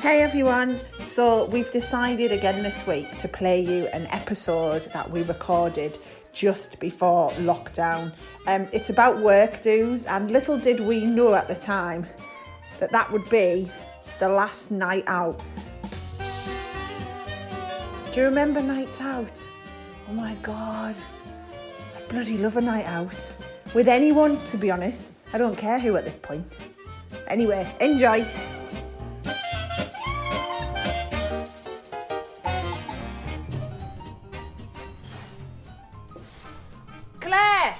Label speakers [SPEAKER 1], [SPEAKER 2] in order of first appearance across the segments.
[SPEAKER 1] Hey everyone! So, we've decided again this week to play you an episode that we recorded just before lockdown. Um, it's about work dues, and little did we know at the time that that would be the last night out. Do you remember nights out? Oh my god, I bloody love a night out. With anyone, to be honest. I don't care who at this point. Anyway, enjoy. Claire,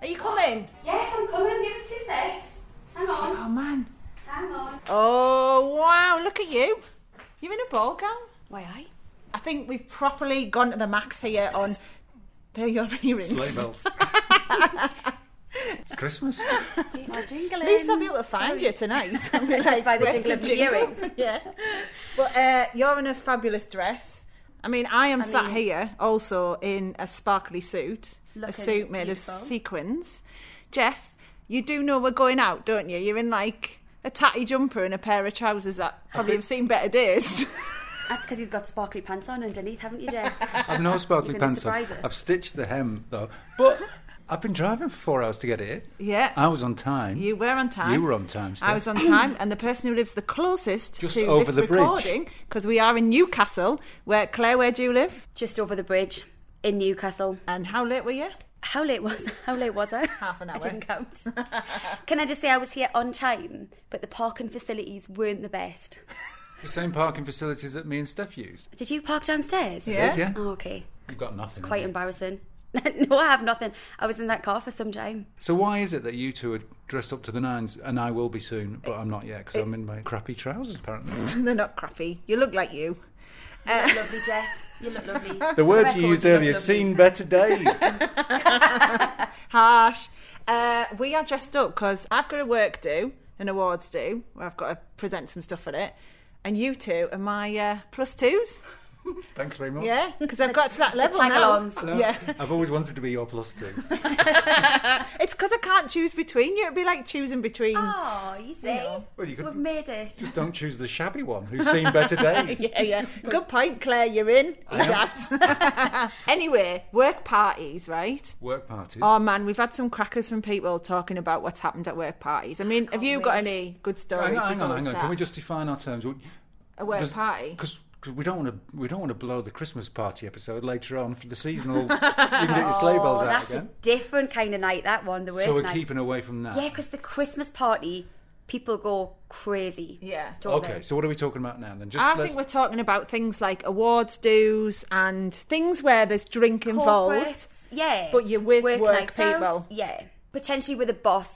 [SPEAKER 1] are you coming?
[SPEAKER 2] Yes, I'm coming. Give us two secs. Hang on.
[SPEAKER 1] Oh man.
[SPEAKER 2] Hang on.
[SPEAKER 1] Oh wow, look at you. You're in a ball gown.
[SPEAKER 2] Why I?
[SPEAKER 1] I think we've properly gone to the max here on. There your earrings.
[SPEAKER 3] Sleigh bells. it's Christmas.
[SPEAKER 2] You are jingling.
[SPEAKER 1] At least I'll be able to find you tonight. I mean,
[SPEAKER 2] Just by the
[SPEAKER 1] where's
[SPEAKER 2] jingle of the earrings.
[SPEAKER 1] yeah. But uh, you're in a fabulous dress. I mean, I am sat here also in a sparkly suit, a
[SPEAKER 2] Looking
[SPEAKER 1] suit made of
[SPEAKER 2] beautiful.
[SPEAKER 1] sequins. Jeff, you do know we're going out, don't you? You're in like a tatty jumper and a pair of trousers that probably have seen better days.
[SPEAKER 2] That's because he's got sparkly pants on underneath, haven't you, Jeff?
[SPEAKER 3] I've no sparkly
[SPEAKER 2] You're gonna
[SPEAKER 3] pants on.
[SPEAKER 2] surprise us.
[SPEAKER 3] I've stitched the hem though, but I've been driving for four hours to get here.
[SPEAKER 1] Yeah.
[SPEAKER 3] I was on time.
[SPEAKER 1] You were on time.
[SPEAKER 3] You were on time. Steph.
[SPEAKER 1] I was on time, and the person who lives the closest
[SPEAKER 3] Just
[SPEAKER 1] to
[SPEAKER 3] over
[SPEAKER 1] this
[SPEAKER 3] the bridge.
[SPEAKER 1] recording, because we are in Newcastle, where Claire, where do you live?
[SPEAKER 2] Just over the bridge in Newcastle.
[SPEAKER 1] And how late were you?
[SPEAKER 2] How late was how late was I?
[SPEAKER 1] Half an
[SPEAKER 2] I
[SPEAKER 1] hour.
[SPEAKER 2] didn't count. Can I just say I was here on time, but the parking facilities weren't the best.
[SPEAKER 3] The same parking facilities that me and Steph used.
[SPEAKER 2] Did you park downstairs?
[SPEAKER 1] Yeah. Mm.
[SPEAKER 3] Did you?
[SPEAKER 2] Oh, okay.
[SPEAKER 3] You've got nothing.
[SPEAKER 2] Quite
[SPEAKER 3] have you?
[SPEAKER 2] embarrassing. no, I have nothing. I was in that car for some time.
[SPEAKER 3] So why is it that you two are dressed up to the nines, and I will be soon, but I'm not yet because I'm in my crappy trousers apparently.
[SPEAKER 1] They're not crappy. You look like you.
[SPEAKER 2] lovely, Jeff. You look lovely.
[SPEAKER 3] the words you
[SPEAKER 2] Record,
[SPEAKER 3] used
[SPEAKER 2] look
[SPEAKER 3] earlier:
[SPEAKER 2] lovely.
[SPEAKER 3] "seen better days."
[SPEAKER 1] Harsh. Uh, we are dressed up because I've got a work due, an awards due, where I've got to present some stuff at it. And you two are my uh, plus twos.
[SPEAKER 3] Thanks very much.
[SPEAKER 1] Yeah, because I've got to that level now.
[SPEAKER 2] Tag-alongs.
[SPEAKER 3] No,
[SPEAKER 1] Yeah.
[SPEAKER 3] I've always wanted to be your plus two.
[SPEAKER 1] It's because I can't choose between you. It'd be like choosing between.
[SPEAKER 2] Oh, you see?
[SPEAKER 3] Well, you could-
[SPEAKER 2] We've made it.
[SPEAKER 3] Just don't choose the shabby one who's seen better days.
[SPEAKER 1] Yeah, yeah. Good point, Claire. You're in. Exact. anyway, work parties, right?
[SPEAKER 3] Work parties.
[SPEAKER 1] Oh man, we've had some crackers from people talking about what's happened at work parties. I mean, have you got any good stories?
[SPEAKER 3] Hang on, hang on,
[SPEAKER 1] before
[SPEAKER 3] hang on.
[SPEAKER 1] start?
[SPEAKER 3] Can we just define our terms?
[SPEAKER 1] a work party?
[SPEAKER 3] Because we don't want to we don't want to blow the Christmas party episode later on for the seasonal. you can get your sleigh bells
[SPEAKER 2] Oh,
[SPEAKER 3] out
[SPEAKER 2] that's
[SPEAKER 3] again.
[SPEAKER 2] a different kind of night. That one, the work
[SPEAKER 3] So we're
[SPEAKER 2] night.
[SPEAKER 3] keeping away from that.
[SPEAKER 2] Yeah, because the Christmas party, people go crazy.
[SPEAKER 1] Yeah.
[SPEAKER 2] don't
[SPEAKER 3] okay.
[SPEAKER 2] they?
[SPEAKER 3] So what are we talking about now then? Oh, Just
[SPEAKER 1] I
[SPEAKER 3] let's-
[SPEAKER 1] think we're talking about things like awards dues and things where there's drink involved.
[SPEAKER 2] Corporates, Yeah.
[SPEAKER 1] But you're with work
[SPEAKER 2] nights out,
[SPEAKER 1] people.
[SPEAKER 2] yeah. Potentially with a boss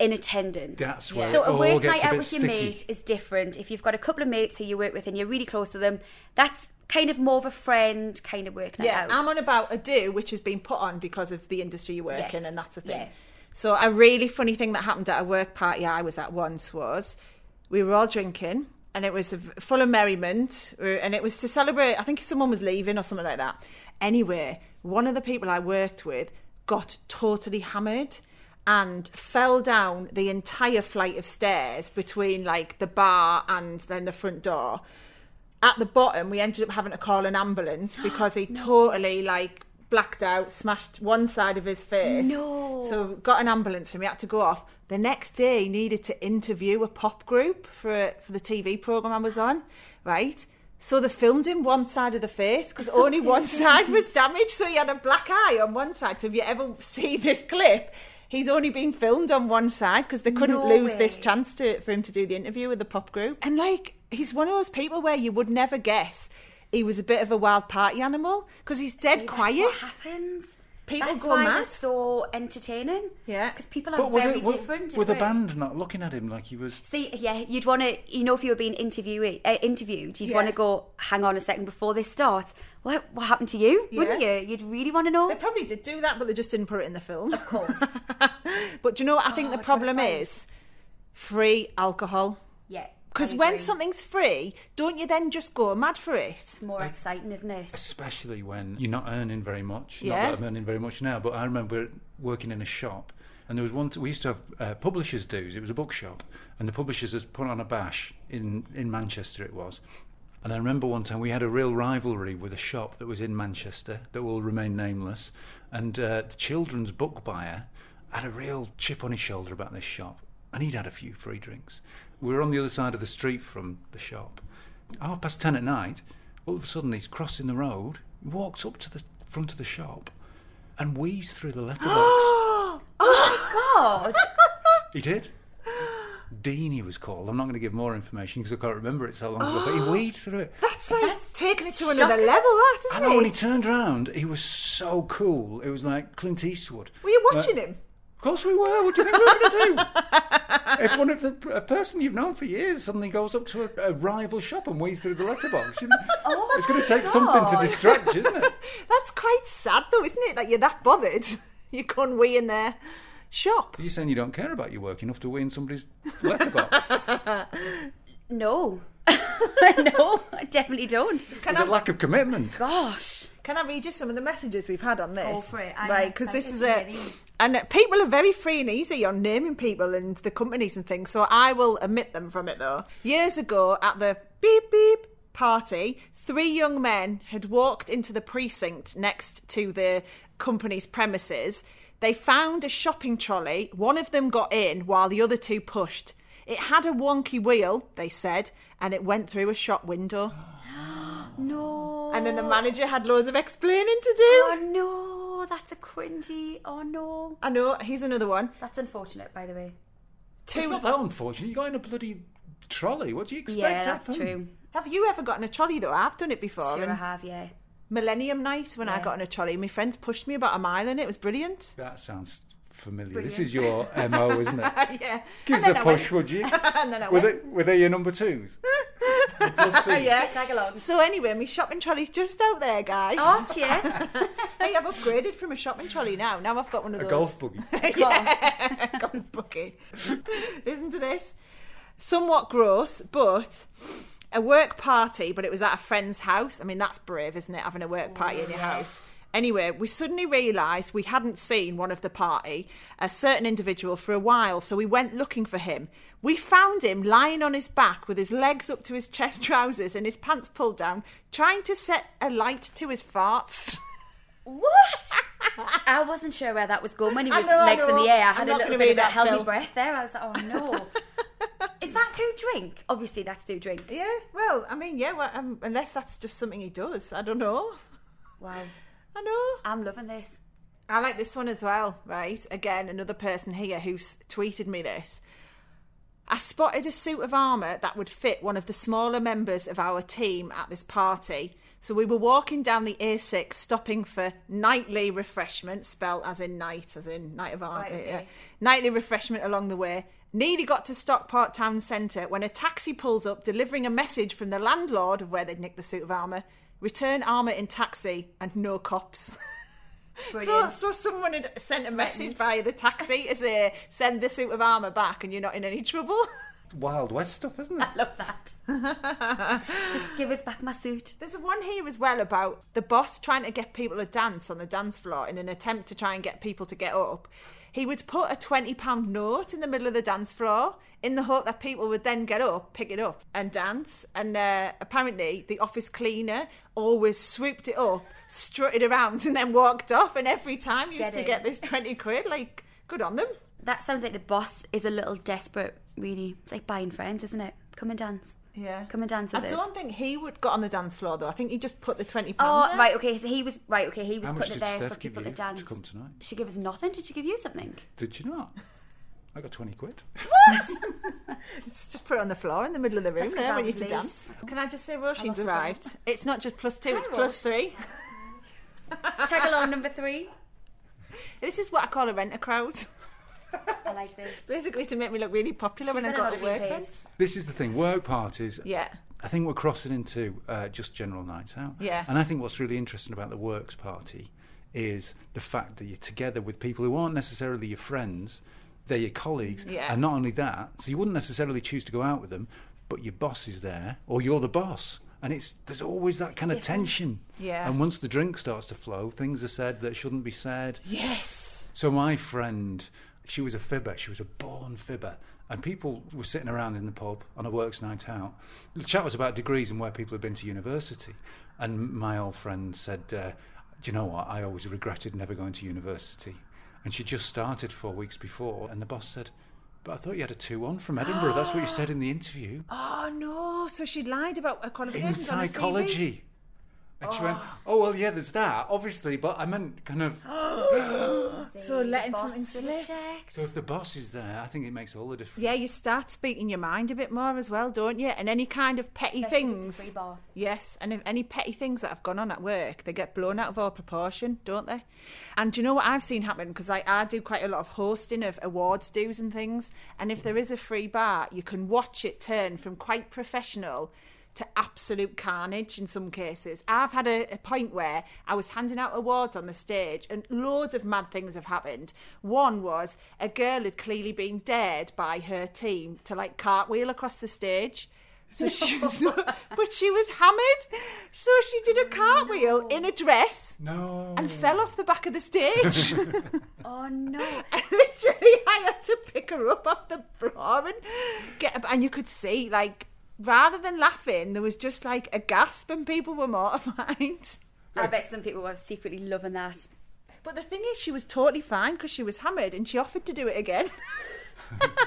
[SPEAKER 2] in attendance.
[SPEAKER 3] That's where
[SPEAKER 2] So
[SPEAKER 3] it
[SPEAKER 2] a
[SPEAKER 3] all
[SPEAKER 2] work
[SPEAKER 3] gets
[SPEAKER 2] night
[SPEAKER 3] a
[SPEAKER 2] out
[SPEAKER 3] bit
[SPEAKER 2] with your
[SPEAKER 3] sticky.
[SPEAKER 2] mate is different. If you've got a couple of mates who you work with and you're really close to them, that's kind of more of a friend kind of work night
[SPEAKER 1] Yeah,
[SPEAKER 2] out.
[SPEAKER 1] I'm on about a do which has been put on because of the industry you work
[SPEAKER 2] Yes.
[SPEAKER 1] in, and that's a thing.
[SPEAKER 2] Yeah.
[SPEAKER 1] So a really funny thing that happened at a work party I was at once was we were all drinking and it was a v- full of merriment uh, and it was to celebrate. I think someone was leaving or something like that. Anyway, one of the people I worked with got totally hammered and fell down the entire flight of stairs between like the bar and then the front door at the bottom, we ended up having to call an ambulance because he totally like blacked out, smashed one side of his face. No. So got an ambulance for him. He had to go off. The next day, he needed to interview a pop group for for the TV program I was on. Right. So they filmed him one side of the face because
[SPEAKER 2] Oh
[SPEAKER 1] only one side was damaged. So he had a black eye on one side. So if you ever see this clip, he's only been filmed on one side because they couldn't
[SPEAKER 2] No
[SPEAKER 1] lose
[SPEAKER 2] way.
[SPEAKER 1] this chance to for him to do the interview with the pop group. And like, he's one of those people where you would never guess he was a bit of a wild party animal because he's dead quiet.
[SPEAKER 2] That's what happens.
[SPEAKER 1] People
[SPEAKER 2] That's
[SPEAKER 1] go
[SPEAKER 2] why
[SPEAKER 1] mad.
[SPEAKER 2] they're so entertaining.
[SPEAKER 1] Yeah.
[SPEAKER 2] Because people are
[SPEAKER 3] But
[SPEAKER 2] very
[SPEAKER 3] with,
[SPEAKER 2] different.
[SPEAKER 3] with, with a
[SPEAKER 2] at work.
[SPEAKER 3] band not looking at him like he was.
[SPEAKER 2] See, yeah, you'd want to, you know, if you were being interviewed, uh, interviewed, you'd
[SPEAKER 1] Yeah.
[SPEAKER 2] want to go, hang on a second before this starts. What what happened to you? Wouldn't you?
[SPEAKER 1] Yeah.
[SPEAKER 2] You'd really want to know.
[SPEAKER 1] They probably did do that, but they just didn't put it in the film. Of
[SPEAKER 2] course.
[SPEAKER 1] but do you know what I think
[SPEAKER 2] Oh,
[SPEAKER 1] the
[SPEAKER 2] it's
[SPEAKER 1] problem
[SPEAKER 2] horrifying.
[SPEAKER 1] is? Free alcohol.
[SPEAKER 2] yeah.
[SPEAKER 1] Because
[SPEAKER 2] I
[SPEAKER 1] when
[SPEAKER 2] agree.
[SPEAKER 1] something's free, don't you then just go mad for it?
[SPEAKER 2] it's more exciting, isn't it?
[SPEAKER 3] Especially when you're not earning very much. Not
[SPEAKER 1] Yeah.
[SPEAKER 3] that I'm earning very much now, but I remember working in a shop, and there was one. we used to have uh, publishers' dues. It was a bookshop, and the publishers has put on a bash in in Manchester. It was, and I remember one time we had a real rivalry with a shop that was in Manchester that will remain nameless, and uh, the children's book buyer had a real chip on his shoulder about this shop, and he'd had a few free drinks. We were on the other side of the street from the shop. Half past ten at night, all of a sudden he's crossing the road, he walks up to the front of the shop and wheezed through the letterbox.
[SPEAKER 1] Oh
[SPEAKER 2] God.
[SPEAKER 3] he did. Dean, he was called. I'm not going to give more information because I can't remember it so long ago, but he wheezed through it.
[SPEAKER 1] That's like taking it to
[SPEAKER 2] shocking.
[SPEAKER 1] another level, that,
[SPEAKER 3] I
[SPEAKER 1] isn't
[SPEAKER 3] know when he
[SPEAKER 1] it?
[SPEAKER 3] turned around, he was so cool. It was like Clint Eastwood.
[SPEAKER 1] Were you watching him?
[SPEAKER 3] Of course we were. What do you think we were going to do? If one of the a person you've known for years suddenly goes up to a, a rival shop and wheezes through the letterbox, you know,
[SPEAKER 2] Oh
[SPEAKER 3] it's going
[SPEAKER 2] my
[SPEAKER 3] to take something to
[SPEAKER 2] God.
[SPEAKER 3] distract you, isn't it?
[SPEAKER 1] That's quite sad, though, isn't it? That you're that bothered. You can't wee in their shop.
[SPEAKER 3] Are you saying you don't care about your work enough to wee in somebody's letterbox?
[SPEAKER 2] No. no, I definitely don't.
[SPEAKER 3] Is it lack of commitment?
[SPEAKER 2] Gosh.
[SPEAKER 1] Can I read you some of the messages we've had on this?
[SPEAKER 2] Go for it. I'm
[SPEAKER 1] Right, because this
[SPEAKER 2] excited
[SPEAKER 1] is it.
[SPEAKER 2] to hear these.
[SPEAKER 1] And uh, people are very free and easy on naming people and the companies and things, so I will omit them from it though. Years ago, at the beep beep party, three young men had walked into the precinct next to the company's premises. They found a shopping trolley, one of them got in while the other two pushed. It had a wonky wheel, they said, and it went through a shop window.
[SPEAKER 2] No.
[SPEAKER 1] And then the manager had loads of explaining to do.
[SPEAKER 2] Oh, no. That's a cringy. Oh, no.
[SPEAKER 1] I know. Here's another one.
[SPEAKER 2] That's unfortunate, by the way.
[SPEAKER 3] It's not that unfortunate. You got in a bloody trolley. What do you expect?
[SPEAKER 2] yeah, that's
[SPEAKER 3] happened?
[SPEAKER 2] true.
[SPEAKER 1] Have you ever gotten a trolley though? I've done it before.
[SPEAKER 2] Sure, I
[SPEAKER 1] and
[SPEAKER 2] have, yeah.
[SPEAKER 1] Millennium night when I
[SPEAKER 2] Yeah.
[SPEAKER 1] got on a trolley, my friends pushed me about a mile in it. It was brilliant.
[SPEAKER 3] That sounds familiar. This is your mo, isn't it?
[SPEAKER 1] yeah.
[SPEAKER 3] Give us
[SPEAKER 1] And
[SPEAKER 3] a
[SPEAKER 1] then I
[SPEAKER 3] push,
[SPEAKER 1] went-
[SPEAKER 3] would you?
[SPEAKER 1] and then I
[SPEAKER 3] Were
[SPEAKER 1] went.
[SPEAKER 3] they, were they your number twos? Your plus twos?
[SPEAKER 1] Yeah.
[SPEAKER 2] Tag along.
[SPEAKER 1] So anyway, my shopping trolley's just out there, guys.
[SPEAKER 2] Oh, yes.
[SPEAKER 1] Hey, I've upgraded from a shopping trolley now. Now I've got one of
[SPEAKER 3] A
[SPEAKER 1] those.
[SPEAKER 3] golf buggy.
[SPEAKER 1] Yeah, golf buggy. Listen to this. Somewhat gross, but a work party, but it was at a friend's house. I mean, that's brave, isn't it? Having a work party in your house. Anyway, we suddenly realised we hadn't seen one of the party, a certain individual, for a while, so we went looking for him. We found him lying on his back with his legs up to his chest trousers and his pants pulled down, trying to set a light to his farts.
[SPEAKER 2] What? I wasn't sure where that was going when he
[SPEAKER 1] I
[SPEAKER 2] was
[SPEAKER 1] know, I
[SPEAKER 2] legs in
[SPEAKER 1] know.
[SPEAKER 2] the air. I
[SPEAKER 1] I'm
[SPEAKER 2] had
[SPEAKER 1] not
[SPEAKER 2] a little
[SPEAKER 1] gonna
[SPEAKER 2] bit
[SPEAKER 1] read
[SPEAKER 2] of a
[SPEAKER 1] that,
[SPEAKER 2] healthy
[SPEAKER 1] Phil.
[SPEAKER 2] breath there. I was like, oh no. Is that through drink? Obviously, that's through drink.
[SPEAKER 1] Yeah, well, I mean, yeah, well, um, unless that's just something he does. I don't know.
[SPEAKER 2] Wow.
[SPEAKER 1] I know.
[SPEAKER 2] I'm loving this.
[SPEAKER 1] I like this one as well, right? Again, another person here who's tweeted me this. I spotted a suit of armour that would fit one of the smaller members of our team at this party. So we were walking down the A6, stopping for nightly refreshment, spelled as in night, as in night of armour.
[SPEAKER 2] Right, okay.
[SPEAKER 1] yeah. Nightly refreshment along the way. Nearly got to Stockport town centre when a taxi pulls up, delivering a message from the landlord of where they'd nicked the suit of armour. Return armour in taxi and no cops. So,
[SPEAKER 2] Brilliant.
[SPEAKER 1] so someone had sent a message via the taxi to say, send this suit of armour back and you're not in any trouble.
[SPEAKER 3] Wild West stuff, isn't
[SPEAKER 1] Uh,
[SPEAKER 3] it?
[SPEAKER 2] I love that. Just give us back my suit.
[SPEAKER 1] There's one here as well about the boss trying to get people to dance on the dance floor in an attempt to try and get people to get up. He would put a £20 note in the middle of the dance floor in the hope that people would then get up, pick it up, and dance. And uh, apparently, the office cleaner always swooped it up, strutted around, and then walked off. And every time used
[SPEAKER 2] Get
[SPEAKER 1] to
[SPEAKER 2] it.
[SPEAKER 1] get this 20 quid. Like, good on them.
[SPEAKER 2] That sounds like the boss is a little desperate, really. It's like buying friends, isn't it? Come and dance.
[SPEAKER 1] Yeah.
[SPEAKER 2] Come and dance
[SPEAKER 1] I
[SPEAKER 2] with us.
[SPEAKER 1] don't think he would got on the dance floor, though. I think he just put the £20
[SPEAKER 2] Oh,
[SPEAKER 1] there.
[SPEAKER 2] right, okay, so he was, right, okay, he was
[SPEAKER 3] How much
[SPEAKER 2] putting it
[SPEAKER 3] did
[SPEAKER 2] there for
[SPEAKER 3] Steph give
[SPEAKER 2] people
[SPEAKER 3] you
[SPEAKER 2] to dance.
[SPEAKER 3] to come tonight?
[SPEAKER 2] She gave us nothing. Did she give you something?
[SPEAKER 3] Did you not? I got 20 quid.
[SPEAKER 1] Just put it on the floor in the middle of the room
[SPEAKER 2] That's
[SPEAKER 1] there when you to
[SPEAKER 2] 'cause I was
[SPEAKER 1] dance. Can I just say Roisin's
[SPEAKER 2] lost my
[SPEAKER 1] arrived? It's not just plus two, it's
[SPEAKER 2] Hi,
[SPEAKER 1] plus
[SPEAKER 2] Roisin.
[SPEAKER 1] three.
[SPEAKER 2] Tag along number three.
[SPEAKER 1] This is what I call a rent a crowd.
[SPEAKER 2] I like this.
[SPEAKER 1] Basically to make me look really popular when I
[SPEAKER 2] She's
[SPEAKER 1] got
[SPEAKER 2] gonna
[SPEAKER 1] to
[SPEAKER 2] not
[SPEAKER 1] work
[SPEAKER 2] be
[SPEAKER 1] then.
[SPEAKER 2] pleased.
[SPEAKER 3] This is the thing work parties.
[SPEAKER 1] Yeah.
[SPEAKER 3] I think we're crossing into uh, just general nights out.
[SPEAKER 1] Yeah.
[SPEAKER 3] And I think what's really interesting about the works party is the fact that you're together with people who aren't necessarily your friends, they're your colleagues.
[SPEAKER 1] Yeah.
[SPEAKER 3] And not only that, so you wouldn't necessarily choose to go out with them, but your boss is there or you're the boss. And it's there's always that kind of tension.
[SPEAKER 1] Yeah.
[SPEAKER 3] And once the drink starts to flow, things are said that shouldn't be said.
[SPEAKER 1] Yes.
[SPEAKER 3] So my friend, she was a fibber. She was a born fibber. And people were sitting around in the pub on a works night out. The chat was about degrees and where people had been to university. And my old friend said, uh, "Do you know what? I always regretted never going to university." And she just started four weeks before, and the boss said, "But I thought you had a two-one from Edinburgh. That's what you said in the interview."
[SPEAKER 1] Oh no. So she lied about her
[SPEAKER 3] in
[SPEAKER 1] qualifications. on her CV.
[SPEAKER 3] psychology. And she went, "Oh well, yeah, there's that, obviously, but I meant kind of."
[SPEAKER 1] So letting
[SPEAKER 2] Boss
[SPEAKER 1] something
[SPEAKER 2] did a
[SPEAKER 1] slip.
[SPEAKER 2] check.
[SPEAKER 3] So if the boss is there, I think it makes all the difference.
[SPEAKER 1] Yeah, you start speaking your mind a bit more as well, don't you? And any kind of petty
[SPEAKER 2] Especially if it's a free
[SPEAKER 1] things.
[SPEAKER 2] bar.
[SPEAKER 1] Yes, and if any petty things that have gone on at work, they get blown out of all proportion, don't they? And do you know what I've seen happen? Because I, I do quite a lot of hosting of awards dues and things. And if there is a free bar, you can watch it turn from quite professional to absolute carnage in some cases. I've had a, a point where I was handing out awards on the stage and loads of mad things have happened. One was a girl had clearly been dared by her team to like cartwheel across the stage. So she was, but she was hammered. So she did a cartwheel in a dress
[SPEAKER 3] No.
[SPEAKER 1] and fell off the back of the stage. and
[SPEAKER 2] Oh, no.
[SPEAKER 1] literally, I had to pick her up off the floor and get. her- And you could see, like, rather than laughing, there was just like a gasp, and people were mortified.
[SPEAKER 2] I bet some people were secretly loving that.
[SPEAKER 1] But the thing is, she was totally fine because she was hammered, and she offered to do it again.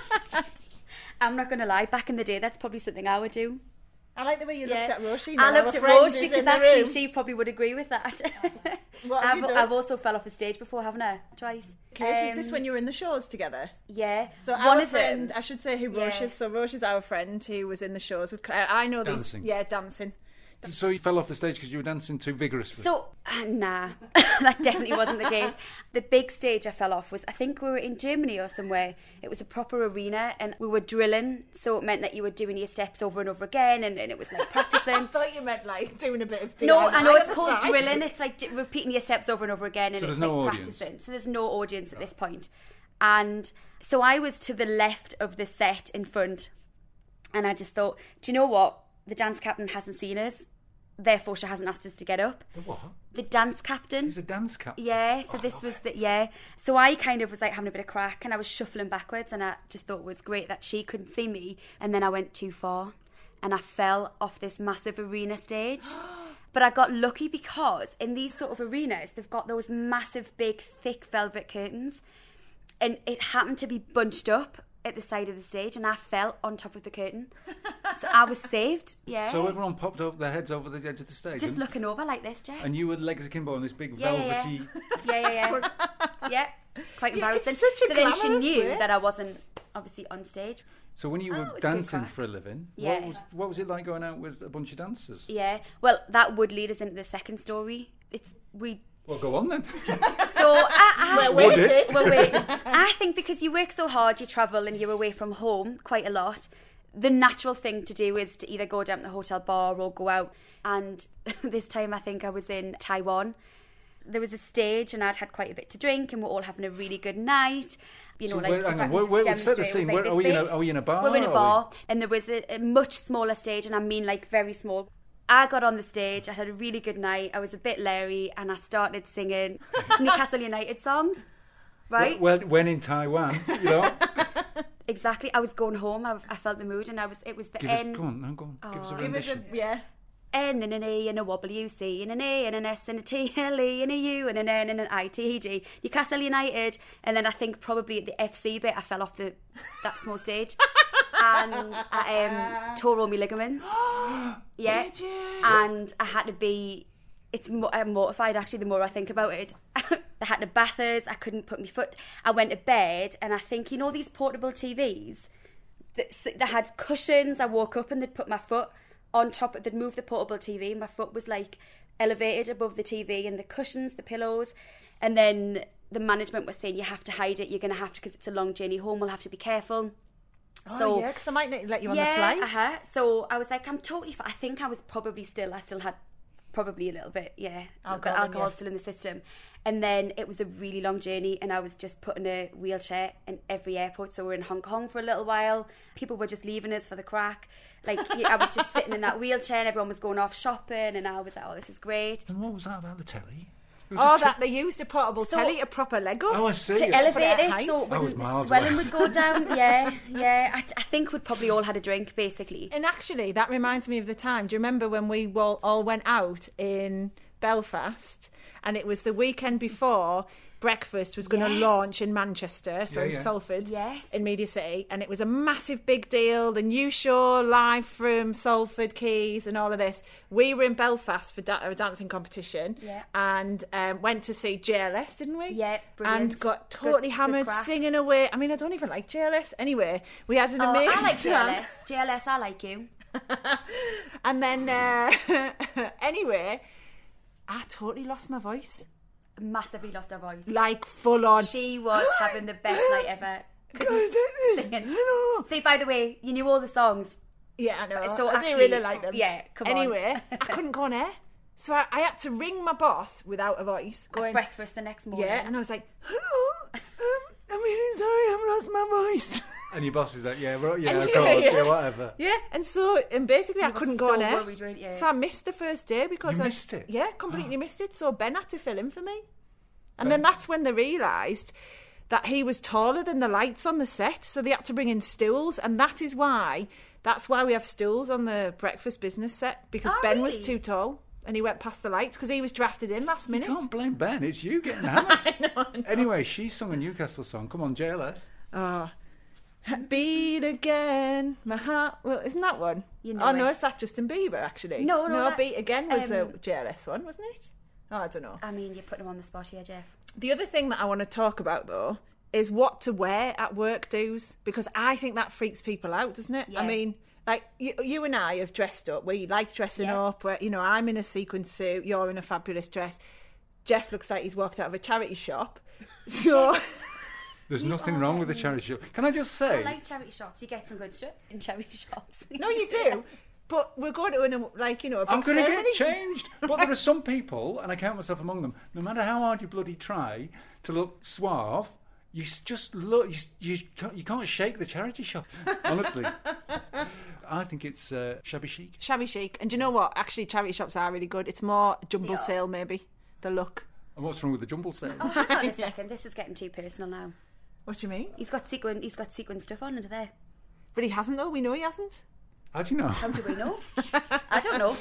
[SPEAKER 2] I'm not going to lie, back in the day, that's probably something I would do.
[SPEAKER 1] I like the way you looked at Roshi.
[SPEAKER 2] I
[SPEAKER 1] though,
[SPEAKER 2] looked
[SPEAKER 1] our
[SPEAKER 2] at
[SPEAKER 1] friend
[SPEAKER 2] Roche
[SPEAKER 1] who's
[SPEAKER 2] because
[SPEAKER 1] in the
[SPEAKER 2] actually
[SPEAKER 1] room.
[SPEAKER 2] she probably would agree with that.
[SPEAKER 1] What have
[SPEAKER 2] I've,
[SPEAKER 1] you done?
[SPEAKER 2] I've also fell off a stage before, haven't I? Twice.
[SPEAKER 1] Occasions,
[SPEAKER 2] Um,
[SPEAKER 1] this when you were in the shows together.
[SPEAKER 2] Yeah.
[SPEAKER 1] So
[SPEAKER 2] one
[SPEAKER 1] our
[SPEAKER 2] of
[SPEAKER 1] friend,
[SPEAKER 2] them.
[SPEAKER 1] I should say who
[SPEAKER 2] Yeah.
[SPEAKER 1] Roche is. So Roche is our friend who was in the shows with Claire. I know these.
[SPEAKER 3] Dancing.
[SPEAKER 1] Yeah, dancing.
[SPEAKER 3] So you fell off the stage because you were dancing too vigorously.
[SPEAKER 2] So uh, nah, that definitely wasn't the case. The big stage I fell off was I think we were in Germany or somewhere. It was a proper arena and we were drilling, so it meant that you were doing your steps over and over again, and, and it was like practicing.
[SPEAKER 1] I thought you meant like doing a bit of.
[SPEAKER 2] No,
[SPEAKER 1] DIY
[SPEAKER 2] I know
[SPEAKER 1] at
[SPEAKER 2] it's
[SPEAKER 1] the
[SPEAKER 2] called
[SPEAKER 1] time.
[SPEAKER 2] drilling. It's like d- repeating your steps over and over again, and
[SPEAKER 3] So
[SPEAKER 2] it's
[SPEAKER 3] there's no
[SPEAKER 2] like
[SPEAKER 3] audience.
[SPEAKER 2] practicing. So there's no audience at this point, and so I was to the left of the set in front, and I just thought, do you know what? The dance captain hasn't seen us, therefore she hasn't asked us to get up.
[SPEAKER 3] The what?
[SPEAKER 2] The dance captain.
[SPEAKER 3] He's a dance captain.
[SPEAKER 2] Yeah, so this was the yeah. So I kind of was like having a bit of crack and I was shuffling backwards and I just thought it was great that she couldn't see me and then I went too far and I fell off this massive arena stage. But I got lucky because in these sort of arenas they've got those massive big thick velvet curtains and it happened to be bunched up at the side of the stage and I fell on top of the curtain. so I was saved. Yeah.
[SPEAKER 3] So everyone popped up their heads over the edge of the stage.
[SPEAKER 2] just
[SPEAKER 3] and,
[SPEAKER 2] looking over like this, Jeff.
[SPEAKER 3] and you were legs akimbo on this big
[SPEAKER 2] Yeah, yeah, yeah.
[SPEAKER 3] velvety.
[SPEAKER 2] Yeah, yeah, yeah. yeah, quite
[SPEAKER 1] Yeah, it's
[SPEAKER 2] embarrassing.
[SPEAKER 1] such a
[SPEAKER 2] so then she
[SPEAKER 1] glamorous
[SPEAKER 2] knew
[SPEAKER 1] way.
[SPEAKER 2] that I wasn't obviously on stage.
[SPEAKER 3] So when you
[SPEAKER 2] Oh,
[SPEAKER 3] were
[SPEAKER 2] it's good
[SPEAKER 3] dancing
[SPEAKER 2] crack.
[SPEAKER 3] for a living,
[SPEAKER 2] Yeah.
[SPEAKER 3] what was what was it like going out with a bunch of dancers?
[SPEAKER 2] Yeah. Well, that would lead us into the second story. It's we.
[SPEAKER 3] Well, go on then.
[SPEAKER 2] So I, I,
[SPEAKER 1] We're
[SPEAKER 3] Would it?
[SPEAKER 1] waiting.
[SPEAKER 2] Well, wait. I think because you work so hard, you travel and you're away from home quite a lot. The natural thing to do is to either go down to the hotel bar or go out. And this time, I think I was in Taiwan. there was a stage and I'd had quite a bit to drink and we're all having a really good night. You know,
[SPEAKER 3] So
[SPEAKER 2] like
[SPEAKER 3] where-
[SPEAKER 2] if
[SPEAKER 3] hang
[SPEAKER 2] I
[SPEAKER 3] on,
[SPEAKER 2] can
[SPEAKER 3] where-
[SPEAKER 2] just
[SPEAKER 3] where- set the
[SPEAKER 2] demonstrate, it was
[SPEAKER 3] scene.
[SPEAKER 2] like
[SPEAKER 3] Where- oh, are
[SPEAKER 2] this
[SPEAKER 3] we in a-
[SPEAKER 2] big.
[SPEAKER 3] are we in a bar,
[SPEAKER 2] We're in a
[SPEAKER 3] are we?
[SPEAKER 2] bar, and there was a, a much smaller stage, and I mean like very small. I got on the stage. I had a really good night. I was a bit leery, and I started singing Newcastle United songs. Right?
[SPEAKER 3] Well, when in Taiwan, you know.
[SPEAKER 2] exactly. I was going home. I, I felt the mood, and I was. It was the
[SPEAKER 3] give us,
[SPEAKER 2] end.
[SPEAKER 3] go on, no, go on. give us a
[SPEAKER 1] Give us
[SPEAKER 3] rendition.
[SPEAKER 1] a yeah.
[SPEAKER 2] N and an E and a W C and an A and an S and a T and a L E and a U and an N and an I T E D. Newcastle United. And then I think probably at the FC bit, I fell off the that small stage. and I um, tore all my ligaments. yeah. And I had to be. It's mo- I'm mortified actually. The more I think about it, I had to bathers. I couldn't put my foot. I went to bed, and I think you know these portable TVs that, s- that had cushions. I woke up and they'd put my foot on top. of- They'd move the portable TV. And my foot was like elevated above the TV and the cushions, the pillows, and then the management was saying you have to hide it. You're going to have to because it's a long journey home. We'll have to be careful.
[SPEAKER 1] oh, yeah, because they might not let you on the
[SPEAKER 2] yeah,
[SPEAKER 1] flight.
[SPEAKER 2] uh-huh. so I was like, I'm totally. Fi-. I think I was probably still. I still had probably a little bit. Yeah, I've
[SPEAKER 1] Alcohol
[SPEAKER 2] got
[SPEAKER 1] in
[SPEAKER 2] alcohol
[SPEAKER 1] you.
[SPEAKER 2] still in the system. And then it was a really long journey, and I was just put in a wheelchair in every airport. So we we're in Hong Kong for a little while. People were just leaving us for the crack. Like you- I was just sitting in that wheelchair, and everyone was going off shopping, and I was like, oh, this is great.
[SPEAKER 3] And what was that about the telly? It was a
[SPEAKER 1] Oh,
[SPEAKER 3] te-
[SPEAKER 1] that they used a portable
[SPEAKER 2] So-
[SPEAKER 1] telly to prop a leg up.
[SPEAKER 3] Oh, I see.
[SPEAKER 2] to
[SPEAKER 1] Put
[SPEAKER 2] elevate
[SPEAKER 1] it
[SPEAKER 2] it,
[SPEAKER 1] at
[SPEAKER 2] so
[SPEAKER 1] height.
[SPEAKER 3] I
[SPEAKER 2] when
[SPEAKER 3] was
[SPEAKER 2] the
[SPEAKER 3] miles
[SPEAKER 2] swelling
[SPEAKER 3] away.
[SPEAKER 2] would go down. Yeah, yeah. I, I think we'd probably all had a drink, basically.
[SPEAKER 1] And actually, that reminds me of the time. Do you remember when we all, all went out in Belfast, and it was the weekend before breakfast was going to
[SPEAKER 2] Yes.
[SPEAKER 1] launch in Manchester, so
[SPEAKER 3] Yeah,
[SPEAKER 1] in
[SPEAKER 3] yeah.
[SPEAKER 1] Salford,
[SPEAKER 2] Yes.
[SPEAKER 1] in Media City, and it was a massive big deal. The new show live from Salford Keys and all of this. We were in Belfast for da- a dancing competition,
[SPEAKER 2] Yeah.
[SPEAKER 1] and um, went to see JLS, didn't we?
[SPEAKER 2] Yeah,
[SPEAKER 1] and
[SPEAKER 2] brilliant.
[SPEAKER 1] got
[SPEAKER 2] Good-
[SPEAKER 1] totally
[SPEAKER 2] good
[SPEAKER 1] hammered,
[SPEAKER 2] crack.
[SPEAKER 1] singing away. I mean, I don't even like JLS. Anyway, we had an
[SPEAKER 2] Oh,
[SPEAKER 1] amazing
[SPEAKER 2] I like
[SPEAKER 1] time.
[SPEAKER 2] JLS. JLS, I like you.
[SPEAKER 1] And then, uh, anyway, I totally lost my voice.
[SPEAKER 2] massively lost her voice.
[SPEAKER 1] Like, full on.
[SPEAKER 2] She was having the best night ever.
[SPEAKER 1] Couldn't
[SPEAKER 2] sing it.
[SPEAKER 1] I know.
[SPEAKER 2] See, by the way, you knew all the songs.
[SPEAKER 1] Yeah, I know.
[SPEAKER 2] So
[SPEAKER 1] I do
[SPEAKER 2] actually-
[SPEAKER 1] really like them.
[SPEAKER 2] yeah, come on.
[SPEAKER 1] anyway, I couldn't go on air. So I, I had to ring my boss without a voice,
[SPEAKER 2] At
[SPEAKER 1] going,
[SPEAKER 2] breakfast the next morning.
[SPEAKER 1] yeah, and I was like, hello, um, I'm really sorry, I've lost my voice.
[SPEAKER 3] And your boss is like, yeah, right, yeah, of
[SPEAKER 1] Yeah,
[SPEAKER 3] course,
[SPEAKER 1] yeah.
[SPEAKER 3] yeah, whatever.
[SPEAKER 1] Yeah, and so and basically I
[SPEAKER 2] were
[SPEAKER 1] couldn't go
[SPEAKER 2] so
[SPEAKER 1] on air.
[SPEAKER 2] worried, weren't you?
[SPEAKER 1] So I missed the first day because
[SPEAKER 3] You
[SPEAKER 1] I
[SPEAKER 3] missed it? Ah.
[SPEAKER 1] Yeah, completely missed it. So Ben had to fill in for me, and then that's when they realised that he was taller than the lights on the set, so they had to bring in stools, and that is why that's why we have stools on the breakfast business set because
[SPEAKER 2] Oh,
[SPEAKER 1] Ben was
[SPEAKER 2] really?
[SPEAKER 1] too tall and he went past the lights because he was drafted in last
[SPEAKER 3] You
[SPEAKER 1] minute.
[SPEAKER 3] can't blame Ben. It's you getting hammered. Anyway, she sung a Newcastle song. Come on, JLS.
[SPEAKER 1] Oh. Beat again, my heart. Well, isn't that one?
[SPEAKER 2] You know
[SPEAKER 1] oh no,
[SPEAKER 2] it.
[SPEAKER 1] it's that Justin Bieber actually.
[SPEAKER 2] No, no, that-
[SPEAKER 1] beat again was a
[SPEAKER 2] um,
[SPEAKER 1] JLS one, wasn't it? Oh, I don't know.
[SPEAKER 2] I mean, you're putting them on the spot here, Jeff.
[SPEAKER 1] The other thing that I want to talk about though is what to wear at work dues because I think that freaks people out, doesn't it? I
[SPEAKER 2] Yeah.
[SPEAKER 1] mean, like you, you and I have dressed up. We like dressing
[SPEAKER 2] Yeah.
[SPEAKER 1] up. Where you know, I'm in a sequin suit. You're in a fabulous dress. Jeff looks like he's walked out of a charity shop. So.
[SPEAKER 3] There's nothing wrong with the charity show. Can I just
[SPEAKER 2] I
[SPEAKER 3] say?
[SPEAKER 2] like charity shops. You get some good shit in charity shops.
[SPEAKER 1] No, you do. But we're going to an like you know. A big
[SPEAKER 3] I'm going to get
[SPEAKER 1] ceremony.
[SPEAKER 3] changed. But there are some people, and I count myself among them, no matter how hard you bloody try to look suave, you s- just look, you, s- you, can't, you can't shake the charity shop. Honestly. I think it's uh, shabby chic.
[SPEAKER 1] Shabby chic, and do you know what? Actually, charity shops are really good. It's more jumble
[SPEAKER 2] Yeah.
[SPEAKER 1] sale maybe. The look.
[SPEAKER 3] And what's wrong with the jumble sale?
[SPEAKER 2] Hang on a second. This is getting too personal now.
[SPEAKER 1] What do you mean?
[SPEAKER 2] He's got sequin. He's got sequin stuff on under there.
[SPEAKER 1] But he hasn't though. We know he hasn't.
[SPEAKER 3] How do you know?
[SPEAKER 2] How do we know? I don't know.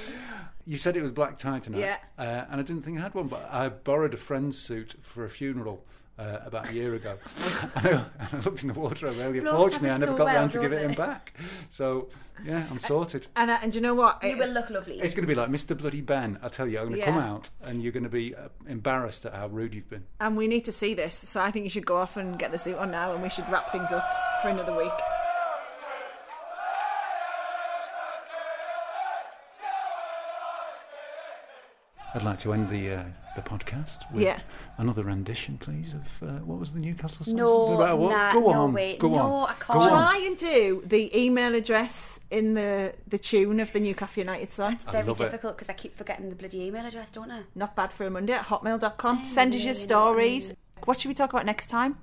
[SPEAKER 3] You said it was black tie tonight,
[SPEAKER 1] Yeah.
[SPEAKER 3] uh, and I didn't think I had one, but I borrowed a friend's suit for a funeral uh, about a year ago. and, I, and I looked in the wardrobe earlier.
[SPEAKER 2] Blokes
[SPEAKER 3] Fortunately, I
[SPEAKER 2] have it
[SPEAKER 3] never
[SPEAKER 2] so
[SPEAKER 3] got
[SPEAKER 2] well,
[SPEAKER 3] round to
[SPEAKER 2] don't
[SPEAKER 3] give it him
[SPEAKER 2] they?
[SPEAKER 3] back. So yeah, I'm sorted.
[SPEAKER 1] And uh, and do you know what?
[SPEAKER 2] You will look lovely.
[SPEAKER 3] It's going to be like Mr. Bloody Ben. I tell you, I'm going to come
[SPEAKER 1] Yeah.
[SPEAKER 3] out, and you're going to be uh, embarrassed at how rude you've been.
[SPEAKER 1] And we need to see this. So I think you should go off and get the suit on now, and we should wrap things up for another week.
[SPEAKER 3] I'd like to end the uh, the podcast with
[SPEAKER 1] Yeah.
[SPEAKER 3] another rendition, please, of uh, what was the Newcastle song?
[SPEAKER 2] No,
[SPEAKER 3] Something about what?
[SPEAKER 2] nah,
[SPEAKER 3] go
[SPEAKER 2] no,
[SPEAKER 3] on,
[SPEAKER 2] wait.
[SPEAKER 3] go
[SPEAKER 2] No,
[SPEAKER 3] on,
[SPEAKER 2] I
[SPEAKER 3] go
[SPEAKER 2] can't.
[SPEAKER 3] on.
[SPEAKER 1] Try and do the email address in the, the tune of the Newcastle United song.
[SPEAKER 2] It's very
[SPEAKER 3] love it.
[SPEAKER 2] difficult because I keep forgetting the bloody email address, don't I?
[SPEAKER 1] Not bad for a Monday at hotmail.com.
[SPEAKER 2] I
[SPEAKER 1] Send us your
[SPEAKER 2] really know what I
[SPEAKER 1] stories. What should we talk about next time?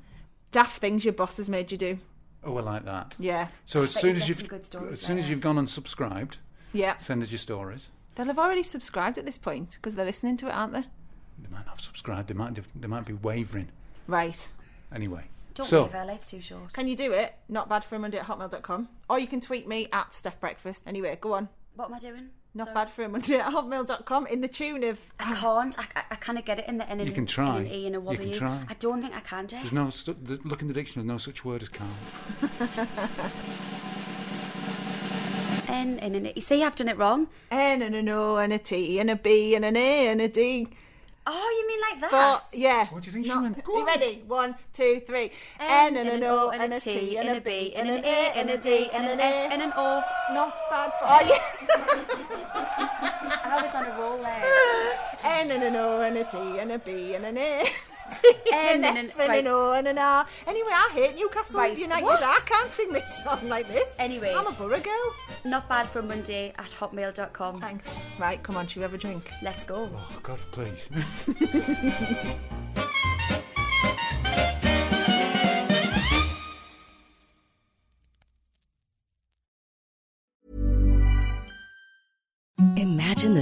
[SPEAKER 1] Daft things your boss has made you do.
[SPEAKER 3] Oh, I like that.
[SPEAKER 1] Yeah.
[SPEAKER 3] So as
[SPEAKER 2] bet
[SPEAKER 3] soon
[SPEAKER 2] you've
[SPEAKER 3] as
[SPEAKER 2] got
[SPEAKER 3] you've
[SPEAKER 2] some good stories
[SPEAKER 3] as soon
[SPEAKER 2] like
[SPEAKER 3] as
[SPEAKER 2] that.
[SPEAKER 3] you've gone and subscribed,
[SPEAKER 1] Yeah.
[SPEAKER 3] send us your stories.
[SPEAKER 1] They'll have already subscribed at this point because they're listening to it, aren't they?
[SPEAKER 3] They might not have subscribed. They might have, they might be wavering.
[SPEAKER 1] Right.
[SPEAKER 3] Anyway,
[SPEAKER 2] Don't
[SPEAKER 3] so
[SPEAKER 2] leave her, life's too short.
[SPEAKER 1] Can you do it? Not bad for a Monday at hotmail.com. Or you can tweet me at Steph Breakfast. Anyway, go on.
[SPEAKER 2] What am I doing?
[SPEAKER 1] Not
[SPEAKER 2] Sorry.
[SPEAKER 1] bad for a Monday at hotmail.com in the tune of.
[SPEAKER 2] I can't. I, I, I kind of get it in the in an,
[SPEAKER 3] Oh. You can try.
[SPEAKER 2] In an e and a
[SPEAKER 3] You can
[SPEAKER 2] w.
[SPEAKER 3] try.
[SPEAKER 2] I don't think I can, Jess.
[SPEAKER 3] there's no stu- th- look in the dictionary. No such word as can't.
[SPEAKER 2] N in an e. You see, I've done it wrong.
[SPEAKER 1] N and an O and a T and a B and an A and a D.
[SPEAKER 2] Oh, you mean like that?
[SPEAKER 1] But yeah.
[SPEAKER 3] What do you think she
[SPEAKER 1] Not-
[SPEAKER 3] meant? Go
[SPEAKER 1] Are you
[SPEAKER 3] on.
[SPEAKER 1] ready? One, two, three. N and an O and a T and a B and an A and a D and an
[SPEAKER 2] F
[SPEAKER 1] A.
[SPEAKER 2] and an O.
[SPEAKER 1] Not bad for. Oh, yeah.
[SPEAKER 2] I was on a roll there.
[SPEAKER 1] N and an O and a T and a B and an A.
[SPEAKER 2] N
[SPEAKER 1] An
[SPEAKER 2] and
[SPEAKER 1] F
[SPEAKER 2] an-
[SPEAKER 1] and
[SPEAKER 2] right.
[SPEAKER 1] an O and an R. Anyway, I hate Newcastle
[SPEAKER 2] Right,
[SPEAKER 1] United.
[SPEAKER 2] what?
[SPEAKER 1] I can't sing this song like this.
[SPEAKER 2] Anyway.
[SPEAKER 1] I'm a borough girl.
[SPEAKER 2] Not bad for Monday at hotmail.com.
[SPEAKER 1] Thanks. Right, come on, should we have a drink?
[SPEAKER 2] Let's go.
[SPEAKER 3] Oh God, please.
[SPEAKER 4] Imagine the